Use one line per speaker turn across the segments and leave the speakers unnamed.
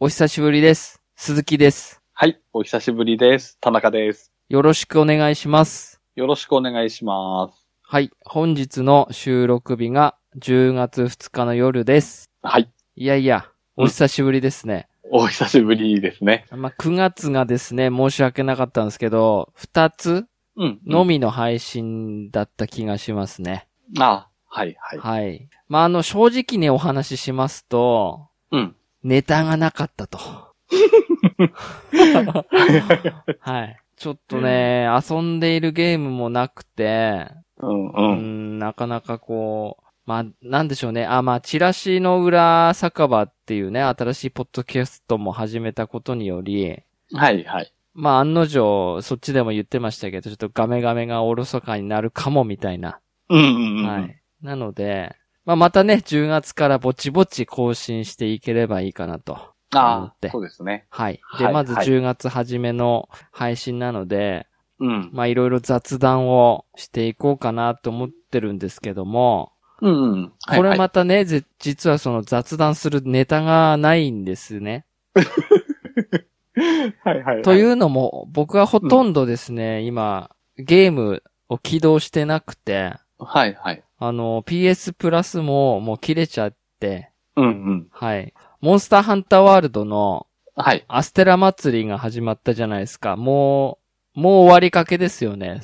お久しぶりです。鈴木です。
はい、お久しぶりです。田中です。
よろしくお願いします。
よろしくお願いします。
はい。本日の収録日が10月2日の夜です。
はい、
いやいや、
うん
お久しぶりですね。
お久しぶりですね。
まあ、9月がですね、申し訳なかったんですけど、2つ
うん。
のみの配信だった気がしますね。
あ、はい、はい。
はい。まあ、あの、正直にお話ししますと、
うん。
ネタがなかった と。はい。ちょっとね、遊んでいるゲームもなくて、
うん、
う
うん。
ん、なかなかこう、まあ、なんでしょうね。あ、まあ、チラシの裏酒場っていうね、新しいポッドキャストも始めたことにより、
はい、はい。
まあ、案の定、そっちでも言ってましたけど、ちょっとガメガメがおろそかになるかも、みたいな。
うん、うん、うん。
は。い。なので、まあ、またね、10月からぼちぼち更新していければいいかなと。
あ
で
そうですね。
はい。
は
で、
い
まず
はい
10月初めの配信なので、
うん。
まあ、いろいろ雑談をしていこうかなと思ってるんですけども、
うん、うん。
これ
はいはい
またね、ぜ実はその雑談するネタがないんですね。
はい、はい。。
といううのも、僕はほとんどですね、今、ゲームを起動してなくて、
はい、はい。
あの、PS プラスももう切れちゃって、
うん、うん。
はい。モンスターハンターワールドの
はい。
アステラ祭りが始まったじゃないですか。もう、もう終わりかけですよね。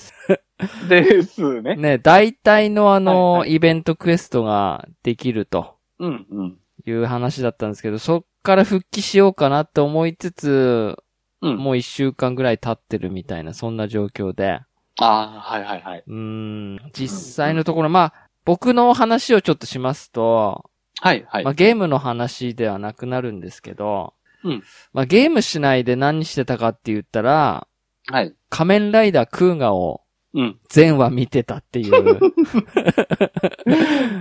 ですね。
ね、大体のあの、
はいは
イベントクエストができると
うん、うん。
いう話だったんですけど、そっから復帰しようかなって思いつつ、
うん。
もう一週間ぐらい経ってるみたいな、そんな状況で。
あはい、はい、はい。
うーん、実際のところ、まあ、僕の話をちょっとしますと、
はい、はい
まあ、。ゲームの話ではなくなるんですけど、
うん
まあ、ゲームしないで何してたかって言ったら、
はい。
仮面ライダークーガを
うん。
全話見てたっていう。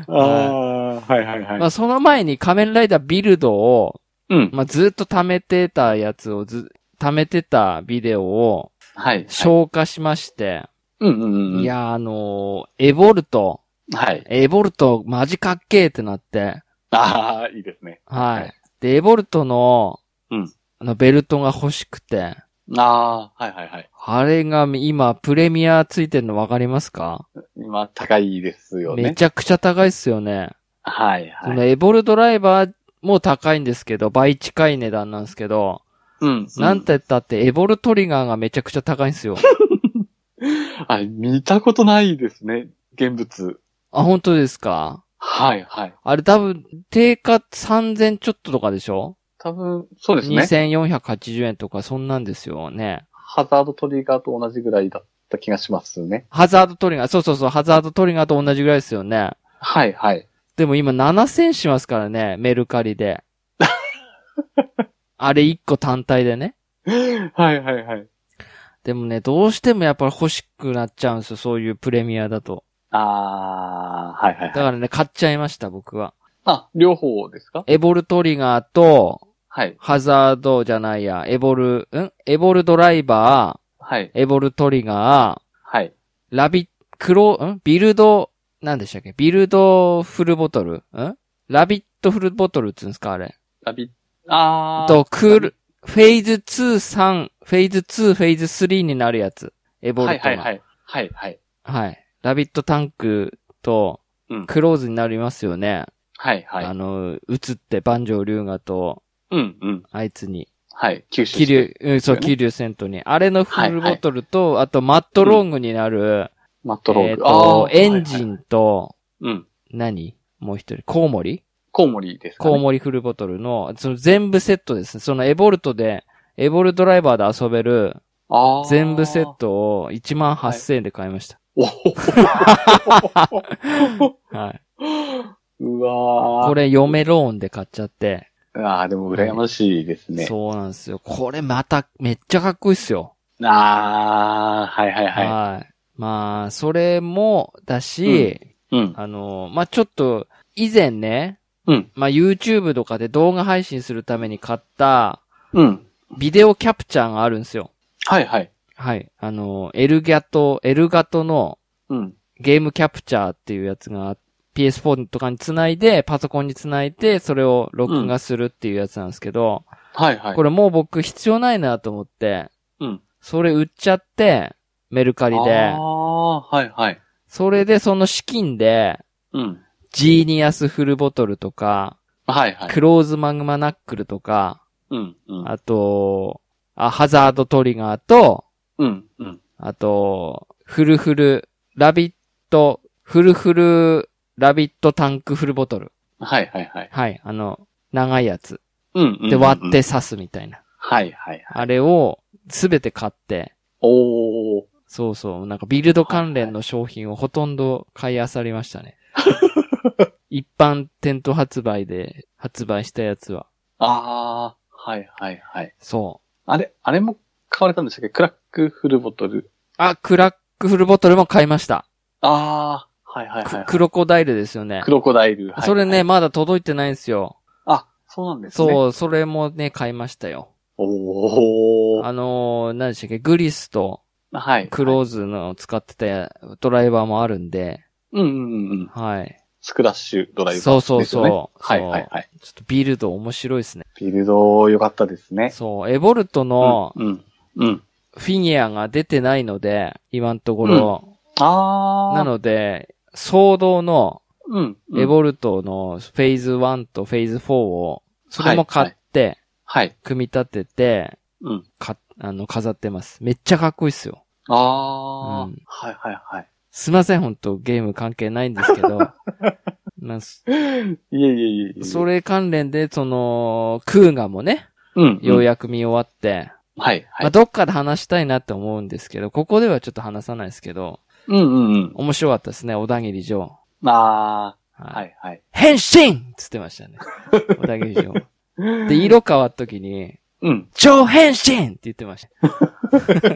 ああはい、はい、
ま
はい。
あ、その前に仮面ライダービルドを、
うん。
まあ、ずっと貯めてたやつをず、貯めてたビデオを
はい。
消化しまして、
うん、うん、うん。
い。やー、あのーエボルト、
はい。
エボルトマジかっけーってなって、
ああいいですね。
は
はい
い。で、エボルトの、
うん
あの、ベルトが欲しくて、
ああはい、はい、はい。
あれが今、プレミアついてるのわかりますか、
今、高いですよね。
めちゃくちゃ高いっすよね。
はい、
そ
は
の
い。
エボルドライバーも高いんですけど、倍近い値段なんですけど、
うん
なん。て言ったってエボルトリガーがめちゃくちゃ高いんですよ。
あ、見たことないですね。現物。
あ、本当ですか
はい、はい。
あれ多分、定価3000ちょっととかでしょ
多分、そうですね。
?2480 円とかそんなんですよね。
ハザードトリガーと同じぐらいだった気がしますね。
ハザードトリガー、そうそうそう、ハザードトリガーと同じぐらいですよね。
はい、はい。
でも今7000しますからね、メルカリで。あれ1個単体でね。
はい、はい、はい。
でもね、どうしてもやっぱり欲しくなっちゃうんですよ、そういうプレミアだと。
あー、はい、はい
だ
はい。
からね、買っちゃいました、僕は。
あ、両方ですか
エボルトリガーと、
はい、
ハザードじゃないや、エボル、んエボルドライバ
はい、
ー、エボルトリガー、
はい。
ラビ、クロ、んビルド、なんでしたっけビルドフルボトルんラビットフルボトルって言うんですかあれ。
ラビあー。
と、クール、フェーズ2、3、フェーズ2、フェーズ3になるやつ。エボ
は
ル
い、
トが。
は
はい
い、はい。はい、はい。
ラビットタンクと
うん、
クローズになりますよね。
はい、は
あ
い。
の、映って、万丈龍河と、
うん、うん。
あいつに、
はい、九州。
キリュウ、うん、そう、
ね
キリュウセントに。あれのフルボトルと、あと、マットロングになる、
マットロー
えっ、
ル。
と、
ー
エンジ
はいはい
ンと、
うん。
何もう一人、コウモリ
コウモリですかね
コウモリフルボトルの、その全部セットですね。そのエボルトで、エボルドライバーで遊べる、
あー
全部セットを1万8000円で買いました。
お
はい。
うわー
これ嫁ローンで買っちゃって。
ああ、でも羨ましいですね。
そうなんですよ。これまためっちゃかっこいいっすよ。
ああ、はいはいはい。
はい。まあ、それもだし、
うん。
あの、まあちょっと、以前ね、
うん。
まあ YouTube とかで動画配信するために買った、
うん。
ビデオキャプチャーがあるんですよ。
はいはい。
はい。あの、エルギャト、エルガトの
うん。
ゲームキャプチャーっていうやつが PS4 とかにつないで、パソコンにつないで、それを録画するっていうやつなんですけど、
はいはい。
これもう僕必要ないなと思って、
うん
それ売っちゃって、メルカリで
あ、あ、はいはい。
それでその資金で、
うん。
ジーニアスフルボトルとか、
はいはい。
クローズマグマナックルとか、
うん、うん。
あと、あハザードトリガーと、
うん、うん。
あと、フルフル、ラビット、フルフル、ラビットタンクフルボトル。
はいはいはい。
はい、あの、長いやつ。
うんうんうん。
で割って。刺すみたいな。
はいはい。
あれをすべて買って、
おー。
そうそう、なんかビルド関連の商品をほとんど買い漁りま したね。一般店頭発売で発売したやつは。
ああ、はいはいはい。
そう。
あれ、あれも買われたんでしたっけクラックフルボトル。
あ、クラックフルボトルも買いました。
ああ、はいはいはい、はい
くクロコダイルですよね
ク。ロコダイル。はいはい
それね、。まだ届いてないんですよ。
あ、そうなんですね。う。
そう、それもね、買いましたよ。
おー。
あのー、何でしたっけ、グリスと
はい。
クローズの使ってたドライバーもあるんで、
うんうんうん。
はい。
スクラッシュドライバー、
そうそうそう
ですよねはいはいはい。
ちょっとビルド面白いですね。
ビルド良かったですね。
そう、エボルトの
うん。うん。
フィギュアが出てないので、今のところ。
ああ。
なので、騒動の
うん。うん
エボルトのフェーズ1とフェーズ4を、それも買って、
はい。
組み立てて、
うん。
か、あの、飾ってます。めっちゃかっこいいっすよ。
ああ、
うん
はいはいはい。
すいません、本当ゲーム関係ないんですけ ど。まあそ
いえいえいえいえ。
そ、れ関連で、その、クーガもね、
うん。
よう
や
やく見終わって、
はい
ま
は
あ、
い。
どっかで話したいなって思うんですけど、ここではちょっと話さないですけど、
うんうんうん。
面白かったですね、小田切城。
ああ、
は。
はいいはい。
変身つってま したね。小田切城。で、色変わった時に、
うん。
超変身って言ってました。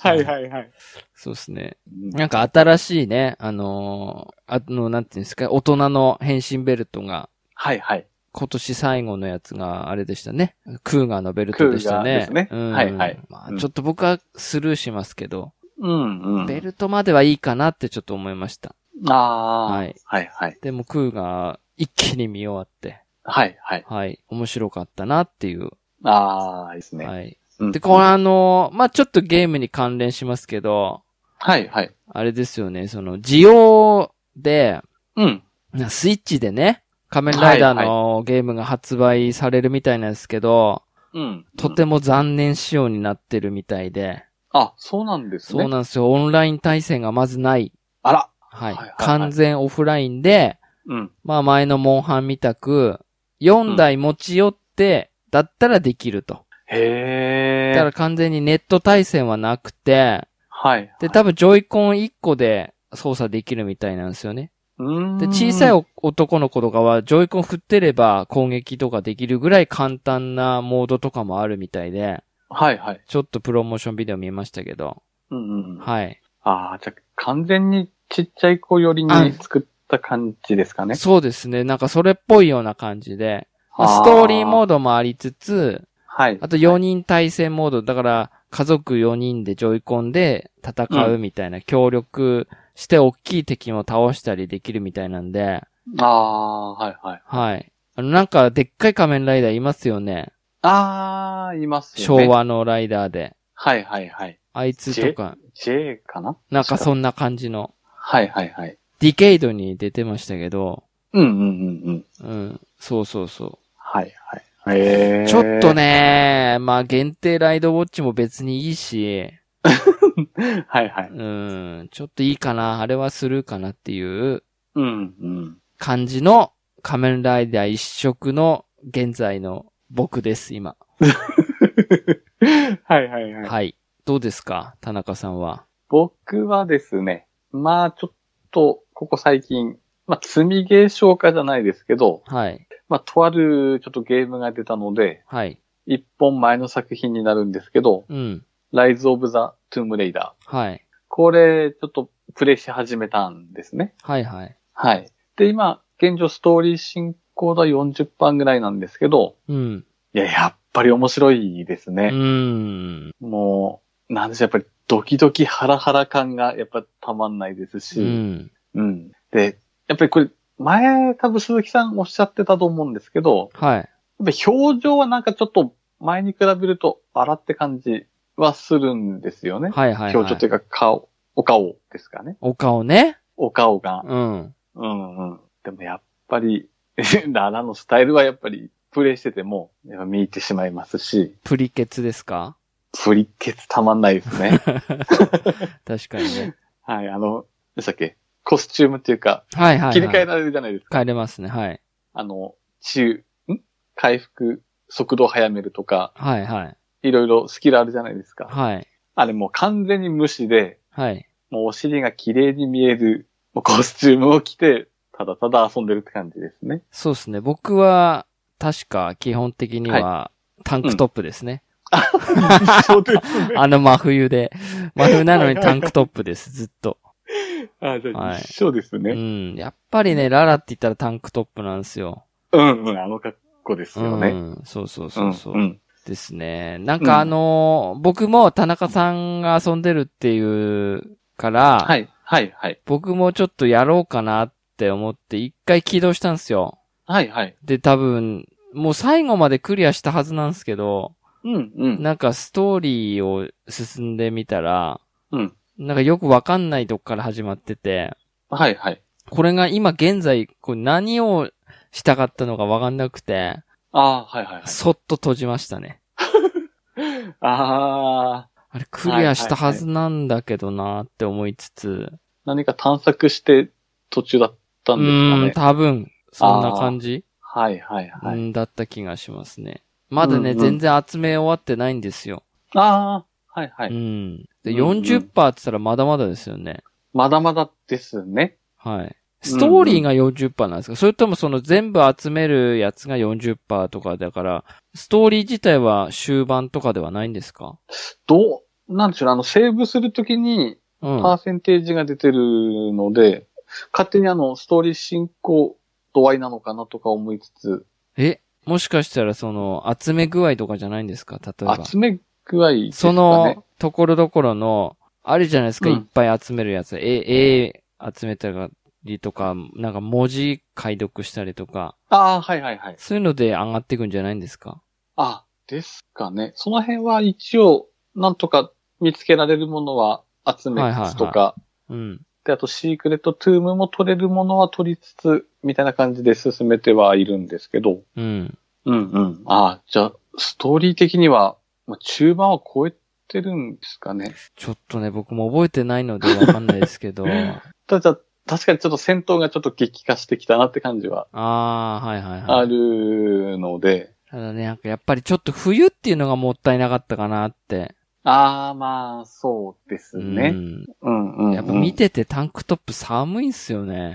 はいはいはい。
そうですね。
うん
なんか新しいね、あのーあの、なんていうんですか、大人の変身ベルトが、
はいはい。
今年最後のやつがあれでしたね。クーガーのベルトでしたね。
クーガーですね
うん
はいはい
ま
う
あ、
ん
ちょっと僕はスルーしますけど、
うんうん。
ベルトまではいいかなってちょっと思いました。
ああ、
は
はいいはい。
でもクーガー一気に見終わって、
はいはい。
はい、面白かったなっていう。
ああ、いいですね。
はい。
うん
で、これあのーまあ、ちょっとゲームに関連しますけど、
はいはい。
あれですよね、その、需要で、
うん。
なスイッチでね、仮面ライダーのゲームが発売されるみたいなんですけど、
うん。
とても残念仕様になってるみたいで、
あ、そうなんですね。
そうなんですよ。オンライン対戦がまずない。
あら。
はい。
はいはいはい
完全オフラインで、
うん。
まあ前のモンハンみたく、4台持ち寄って、だったらできると。
へえ。
だから完全にネット対戦はなくて、
はい。
で、多分ジョイコン1個で操作できるみたいなんですよね。
分
で、小さいお男の子とかは、ジョイコン振ってれば攻撃とかできるぐらい簡単なモードとかもあるみたいで、
はいはい。
ちょっとプロモーションビデオ見ましたけど、
うんうんうん。
はい。
ああ、じゃあ完全にちっちゃい子より
あ
に作った感じですかね。
そうですね。なんかそれっぽいような感じで、まあストーリーモー
ド。
ドもありつつ、
はい。
あと4人対戦モード、だから家族4人でジョイコンで戦うみたいな、協力して大きい敵も倒したりできるみたいなんで、
ああ、はいはい。
はい。あの、なんかでっかい仮面ライダーいますよね。
ああ、いますよね。
昭。和のライダーで。
はいはいはい。
あいつとか、
J かな
なんか
う。
そんな感じの、
はいはいはい。
ディケイドに出てましたけど、
うんうんうんうん。
うん、そうそうそ
はいはい。ええ
う。ちょっと。ね、まあ限定ライドウォッチも別にいいし、
はいはい。
うん、ちょっといいかな、あれはスルーかなっていう
うんうん。
感じの仮面ライダー一色の現在の僕です、今。
はいはいはい。
はい。どうですか田中さんは。
僕はですね、まあちょっと、ここ最近、まあ積みゲー消化じゃないですけど、
はい。
まあとあるちょっとゲームが出たので、
はい。
一本前の作品になるんですけど、
うん。
Rise of the Tomb Raider。
はい。
これ、ちょっとプレイし始めたんですね。
はいはい。
はい。で、今、現状ストーリー進行度は40版ぐらいなんですけど、
うん。
いや、やっぱり面白いです
う
ね。
ん。
もう、なんでしょう、やっぱりドキドキハラハラ感がやっぱたまんないですし、
うん。
うん。で、やっぱりこれ、前、多分鈴木さんおっしゃってたと思うんですけど、
はい。
やっぱり表情はなんかちょっと前に比べると荒って感じはするんですよね。
はいはい、はい。
表情というか顔、お顔ですかね。
お顔ね。
お顔が。
うん。
うんうん。でもやっぱり、 ララのスタイルはやっぱりプレイしててもやっぱ見入ってしまいますし、
プリケツですか
プリケツたまんないで すね。
確かに ね。
はい、あの、でしたっけコスチュームっていうか、
はいはい、はい。
切り替えられるじゃないですか。
変えれますね。はい。
あの、治癒、ん回復、速度を早めるとか、
はいはい。
いろいろスキルあるじゃないですか。
はい。
あれもう完全に無視で、
はい。
もうお尻が綺麗に見えるもうコスチュームを着て、ただただ遊んでるって感じです ね。
そうですね。僕は、確か基本的には、タンクトップですね。
そうですね。
あの真冬で。真冬なのにタンクトップです、ずっと。
あ、じゃ
は
あ
い
一緒です
う
ね。
ん。やっぱりね、ララって言ったらタンクトップなんですよ。
うん、うん、あの格好です
う
よね。
ん。そうそう
う
そ
ん、
うそう。
うん。
ですね。なんかあのー僕も田中さんが遊んでるっていうから、
はい、はい、はい。
僕もちょっとやろうかなって思って、一回起動したんですよ。
はい、はい。
で、多分、もう最後までクリアしたはずなんですけど、
うん、うん。
なんかストーリーを進んでみたら、
うん。
なんかよくわかんないとこから始まってて、
はい、はい。
これが今現在、こう何をしたかったのかわかんなくて、
ああー、はい、はい、はい。
そっと閉じましたね。
ああ、
あれ、クリアしたはずなんだけどなーって思いつつ、
何か探索して途中だったん
う
ですか
ーん、
ね。
多分、そんな感じ、
はい、はい、は
う
い。
んだった気がしますね。まだね、
うんうん
全然集め終わってないんですよ。
ああ、はい、は
う
い。
ん。で、
うんうん
40%って言ったらまだまだですよね。
まだまだですね。
はい。ストーリーが40%なんですか、それともその全部集めるやつが40%とかだから、ストーリー自体は終盤とかではないんですか
どう、なんでしょうね、あの、セーブするときに、
うん。
パ
は
ーセンテージが出てるので、勝手にあの、ストーリー進行度合いなのかなとか思いつつ、
え、もしかしたらその集め具合とかじゃないんですか例えば。
集め具合ですか
そ
ね。
の、ところどころの、あるじゃないですか、
うん
いっぱい集めるやつ。え、絵集めたりとか、なんか文字解読したりとか、
ああ、はいはいはい。
そういうので上がっていくんじゃないんですか
あ、ですかね。その辺は一応、なんとか見つけられるものは集めつつとか、
はいはいうん。
で、あとシークレットトゥームも取れるものは取りつつ、みたいな感じで進めてはいるんですけど、
うん。
うんうん。ああ、じゃあ、ストーリー的には、まあ、中盤は超えてるんですかね。
ちょっとね、僕も覚えてないのでわかんないです けど。あ
ただ、確かにちょっと戦闘がちょっと激化してきたなって感じは
あー、はいはい
あ
はい。
るので、
ただね、なんかやっぱりちょっと冬っていうのがもったいなかったかなって。
ああ、まあ、そうです
う
ね。
ん。
うんうん、うん。
やっぱ見ててタンクトップ寒いんすよね。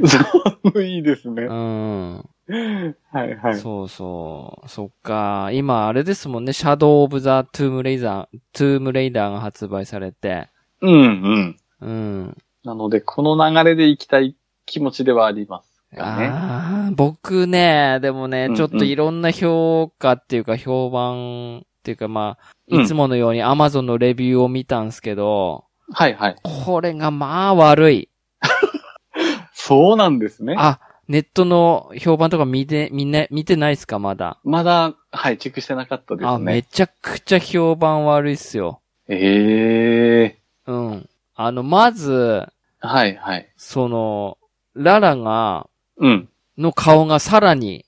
寒 いですね。
う
は
ん。
いはい。
そうそう。そっか。今、あれですもんね。シャドウ・オブ・ザ・トゥーム・レイザー、トゥーム・レイダーが発売されて。
うんうん。
うん。
なので、この流れで行きたい気持ちではありますかね。
ああ、僕ね、でもね
うんう、ん
ちょっといろんな評価っていうか、評判っていうか、まあ、
うん
いつものように Amazon のレビューを見たんすけど、
はいはい。
これがまあ悪い。
そうなんですね。
あ、ネットの評判とか見て、見ね、見てないっすか、まだ。
まだ、はい、チェックしてなかったです
あ、め
ね。
ちゃくちゃ評判悪いっすよ。
ええ
うん。あの、まず、
はいはい。
その、ララが、
うん。
の顔がさら に、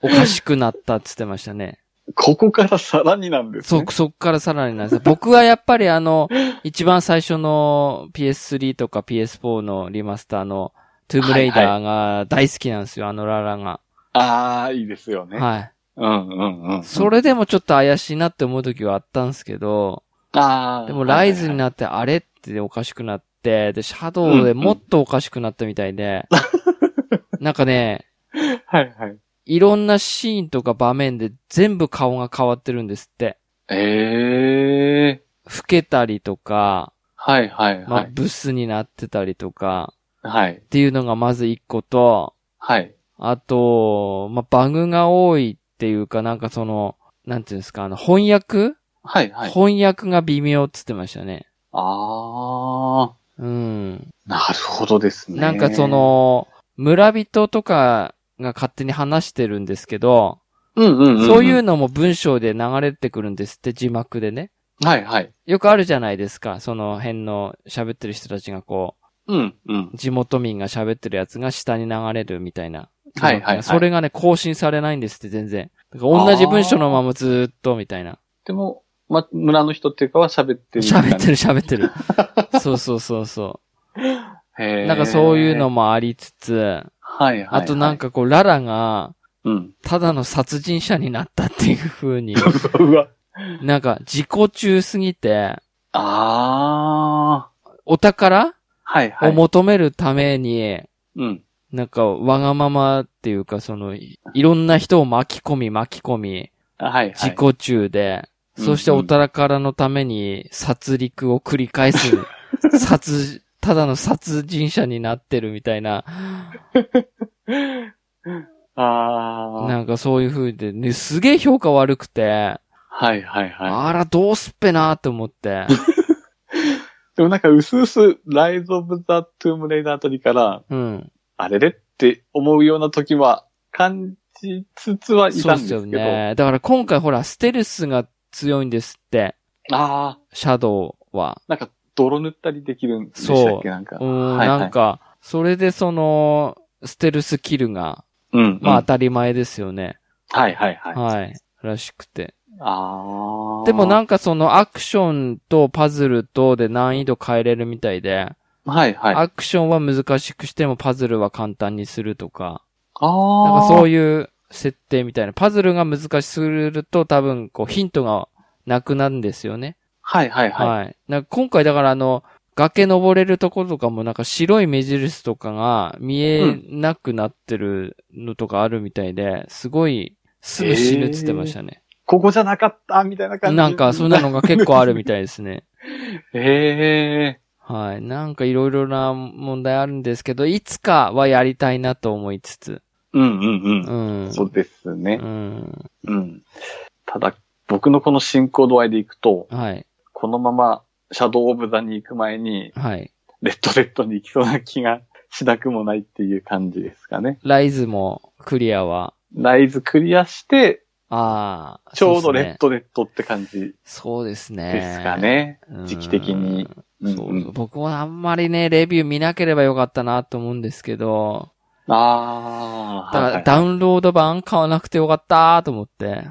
おかしくなったっつってましたね。
ここからさらになんです
そ
ね。、
そっからさらになんですよ僕はやっぱりあの、一番最初の PS3 とか PS4 のリマスターのトゥームレイダーが大好きなんですよ、あのララが。
ああ、いいですよね。
はい。
うんうんうん。
それでもちょっと怪しいなって思う時はあったんですけど、
ああ。
でもライズに
っ
なってあれっておかしくなって、で、シャドウでもっとおかしくなったみたい で、なんかね、
て。はいはい。
いろんなシーンとか場面で全部顔が変わってるんですって。
ええ
老けたりとか、
はいはい
ま
は
あ、
い。
ブスになってたりとか、
はい
っ。ていうのがまず一個と、
はい。
あと、まあ、バグが多いっていうか、なんかその、なんていうんですか、あの、翻訳、
はいはい。
翻訳が微妙っつってましたね。
ああ。
うん。
なるほどですね。
なんかそ、の、村人とかが勝手に話してるんですけど、
うんうんんうん。
そういう。のも文章で流れてくるんですって、字幕でね。
はいはい。
よくあるじゃないですか。その辺の喋ってる人たちがこ
うんうん
う、。地元民が喋ってるやつが下に流れるみたいな。
はいはいはい
それがね、更新されないんですって、全然。だから同じ文章のままずーっと、みたいな。
でも、ま、村の人っていうかは喋ってる。
喋って
る。
る喋ってる。そうそうそうそ
へ
う。
ー
なんかそういうの。もありつつ、
はいはい、はい。
あとなん。かこう、ララが、
うん。
ただの殺人者になったっていう風 に、
うわ。
なんか、自己中すぎて、
あー。
お宝
はいはい。
を求めるために、
うん。
なんか、わがままっていうか、その、いいろんな人を巻き込み巻き込み、
はいはい。
自己中で、
うん
そしておたらからのために殺戮を繰り返 す、殺、ただの殺人者になってるみたいな、
あー。
なんかそういう風で、ね、すげえ評価悪くて、
はいはいはい。
あら、どうすっぺなーって思 って、
でもなんか、うすうす、ライズ・オブ・ザ・トゥーム・レイダーあたりから、
うん。
あれれって思うような時は、感じつつはい
そう
た
っ
んですすけ
よ
ど。
ね。だから今回ほら、ステルスが強いんですって、
あ
シャドウは。
ー、なんか、泥塗ったりできるんでしたっ
そう
けなんか。
うん、
はいはい
なんか、それでその、ステルスキルが、
うん。
まあ
ま
当たり前ですよね。
あ、はいはいはい。
はい。らしくて。
あー。
でもなんんかそのアクションとパズルとで難易度変えれるみたいで、
はいはい。あ
アクションは難しくしてもパズルは簡単にするとか、
ー。
なんかそう
いう。
いう設定みたいな。パズルが難しすぎると多分こうヒントがなくなるんですよね。
はいはい
はい。
はい。
なんか今回だからあの、崖登れるところとかもなんか白い目印とかが見えなくなってるのとかあるみたいで、すごいすぐ死ぬって言ってましたね。
ここじゃなかったみたいな感じ。
なんかそんなのが結構あるみたいですね。
へえ。
はい。なんかいろいろな問題あるんですけど、いつかはやりたいなと思いつつ。
うんうん
う。
うんん。そうですね
う。ん。
うん。ただ、僕のこの進行度合いでいくと、
はい。
このまま、シャドウオブザに行く前に、
はい。
レッドレッドに行きそうな気がしなくもないっていう感じですかね。
ライズもクリアは、
ライズクリアして、
ああ、
ちょうど
そ
レ
です
ッ
ね
ドレッドって感じ
そうですね。
ですかね。
うん
時期的に。うん
そう
う、
そうん僕もあんまりね、レビュー見なければよかったなと思うんですけど、
あ
だ
あ、
か
はいは
ら
い
ダウンロード版買わなくてよかったと思って。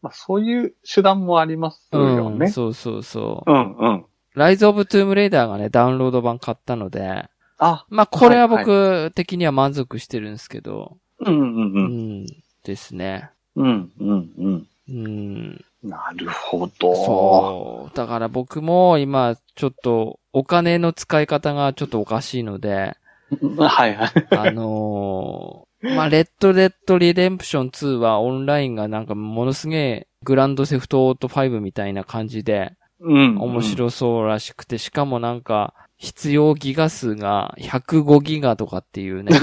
まあ、そういう手段もありますよ
うん、
ね。
そうそうそう
う。ん、うん。
ライズ・オブ・トゥーム・レイダーがね、ダウンロード版買ったので、
あ、
まあ、これは
はい
僕的には満足してるんですけど、
うん、うん、う。
うんん、ですね。
うん、うん、うん。
うん、
なるほど。
そう。だから僕も今、ちょっと、お金の使い方がちょっとおかしいので、
うんはいはい。
あのーまあ、レッド・レッド・リデンプション2はオンラインがなんかものすげえグランドセフトオート5みたいな感じで
うん。
面白そうらしくて、しかもなんか必要ギガ数が105ギガとかっていう ね、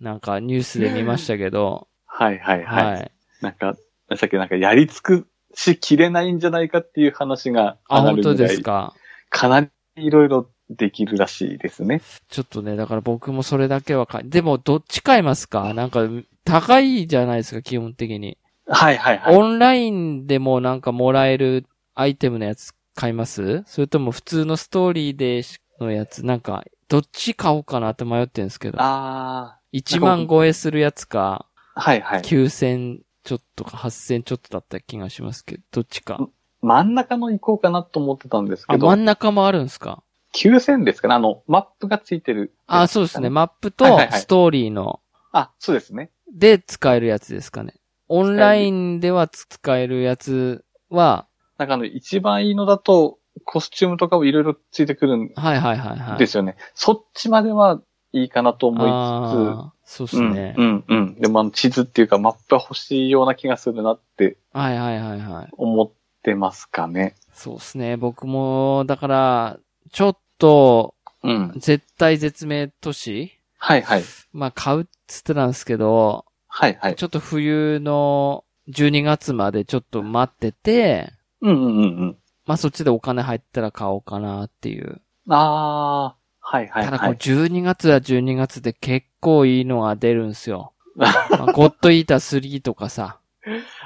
なんかニュースで見ましたけど、
はいはいはい。
はい。
なんか、さっきなんかやり尽くしきれないんじゃないかっていう話が
あ、
上がる
本
ぐら
当で
い
すか。
かなりいろいろできるらしいですね。
ちょっとね、だから僕もそれだけはか、でもどっち買いますかなんか高いじゃないですか、基本的に。
はいはいはい。
オンラインでもなんかもらえるアイテムのやつ買いますそれとも普通のストーリーでしのやつ、なんか、どっち買おうかなって迷ってるんですけど。
あ
1万超えするやつか、
あ、はいはい。
9000ちょっとか8000ちょっとだった気がしますけど、どっちか。
真ん中の行こうかなと思ってたんです
あ、
け
真
ど、
ん中もあるんですか
9000ですかねあの、マップがついてる。
あ、そうですね。。マップ
はい
と
はいはい
ストーリーの
あ、そうですね。
で使えるやつですかね。オンラインでは使えるやつは、
なんかあの、一番いいのだと、コスチュームとかもいろいろついてくるん
はいはいはいはい。
ですよね。そっちまではいいかなと思い
あーそうで
つつ、
すね。
うん、うん、うん。でもあの、地図っていうかマップが欲しいような気がするなって
はいはいはいはい。
思ってますかね。
そうですね。僕も、だから、ちょっと、
うん。
絶対絶命都市
はいはい。
まあ、買うっつってたんですけど、
はいはい。
ちょっと冬の12月までちょっと待ってて、
うんうんうんうん。
まあ、そっちでお金入ったら買おうかなっていう。
ああ、はいはい
ただこ
は
う
い。
12月は12月で結構いいのが出るんす よ。まあゴッドイーター3とかさ。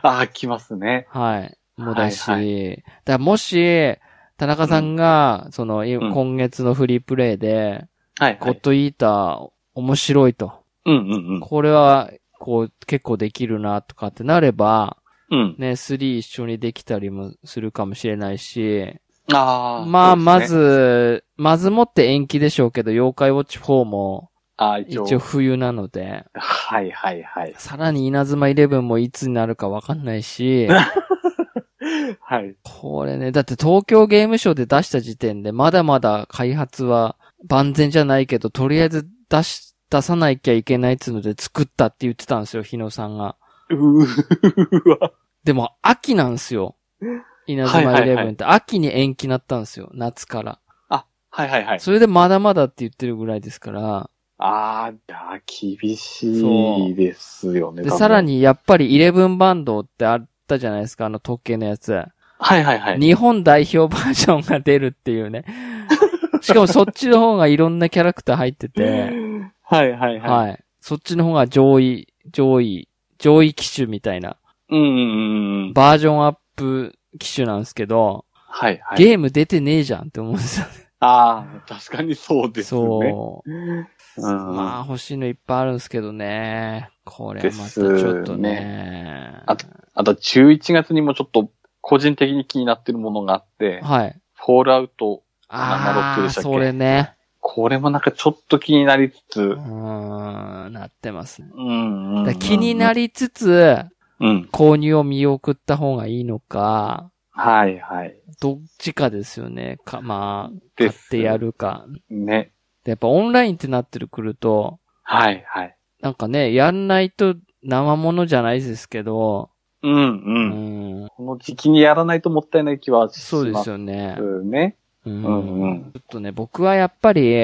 ああ、来ますね。
はい。もだし、
はい
だからもし、田中さんが、その、い
うん
今月のフリープレイで、
はい、は
ゴ
い
ッドイーター面白いと。
うんうん
これは、こう、結構できるな、とかってなれば、
うん。うん。
ね、3一緒にできたりもするかもしれないし、
ああ。
まあ、
そう
ま
ですね。
ず、まずもって延期でしょうけど、妖怪ウォッチ4も、
ああ、一
一応
応。
冬なので、
はいはいはい。
さらに稲妻11もいつになるかわかんない し、
はい。
これね、だって東京ゲームショウで出した時点で、まだまだ開発は万全じゃないけど、とりあえず出し、出さなきゃいけないっつうので作ったって言ってたんですよ、日野さんが。
うーわ。
でも、秋なんです よ。稲妻
はいはいはい
11って、秋に延期になったんですよ、夏から。
はいはいはい。
それでまだまだって言ってるぐらいですから、
ああ、じゃあ、厳しいですよね。
で、
多分
さら。にやっぱり11バンドってあったじゃないですか、あの時計のやつ。
はいはいはい。
日本代表バージョンが出るっていう ね。しかもそっちの方がいろんなキャラクター入ってて、
はいはいはい。
はい。そっちの方が上位、上位、上位機種みたいな、
うんうんうん。
バージョンアップ機種なんですけど、
はいはい。
ゲーム出てねえじゃんって思うんですよね。
ああ、確かにそうですね。
そうう。
ん。
まあ
あ
欲しいのいっぱいあるんですけどね。これはまたちょっとね。
あと、11月にもちょっと、個人的に気になってるものがあって、
はい。
フォールアウト、
あ
76で
あ、
したっけ
それね。
これもなんかちょっと気になりつつ
う、ーん、なってますね。
うんうんう
だから
んうん
気にな。りつつ、
うん。
購入を見送った方がいいのか、
はいはい。
どっちかですよね。か、まあ、買
で
っ
す
てやるか。
ね。
でやっぱオンラインってなってるくると、
はいはい。
なんかね、やんないと生物じゃないですけど、
うんう。
うんん、
この時期にやらないともったいない気はします。
そうですよね。
ね。
う。
うんう
ち
んん。
ょっとね、僕はやっぱり、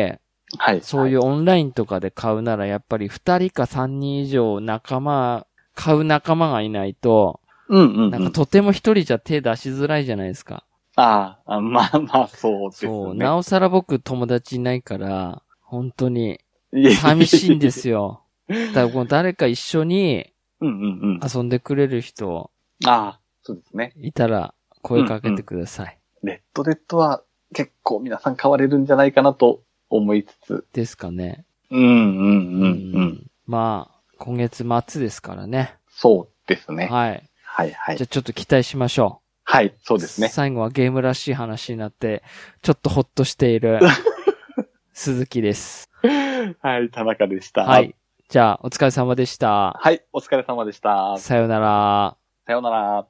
はい。。
そういううオンラインとかで買うなら、やっぱり二人か三人以上仲間、買う仲間がいないと、
うんうんう
なんか
ん。
とても一人じゃ手出しづらいじゃないですか。
ああ、まあまあ、そうですね。
そう。なおさら僕友達いないから、本当に
いや
寂しいんで。すよ。だからこの誰か一緒に
うんうんうん。あ
遊んでくれる人
あ、そうですね。
いたら声かけてください。
レッドデッドは結構皆さん買われるんじゃないかなと思いつつ。
ですかね。
うんうんうん
う
うん。
んまあ、今月末ですからね。
そうですね。
はい。
はいはい
じゃ。あちょっと期待しましょう。
はい、そうですね。
最後はゲームらしい話になって、ちょっとほっとしてい る鈴木です。
はい、田中でした。
は。い。じゃあ、お疲れ様でした。
はい、お疲れ様でした。
さようなら。
さようなら。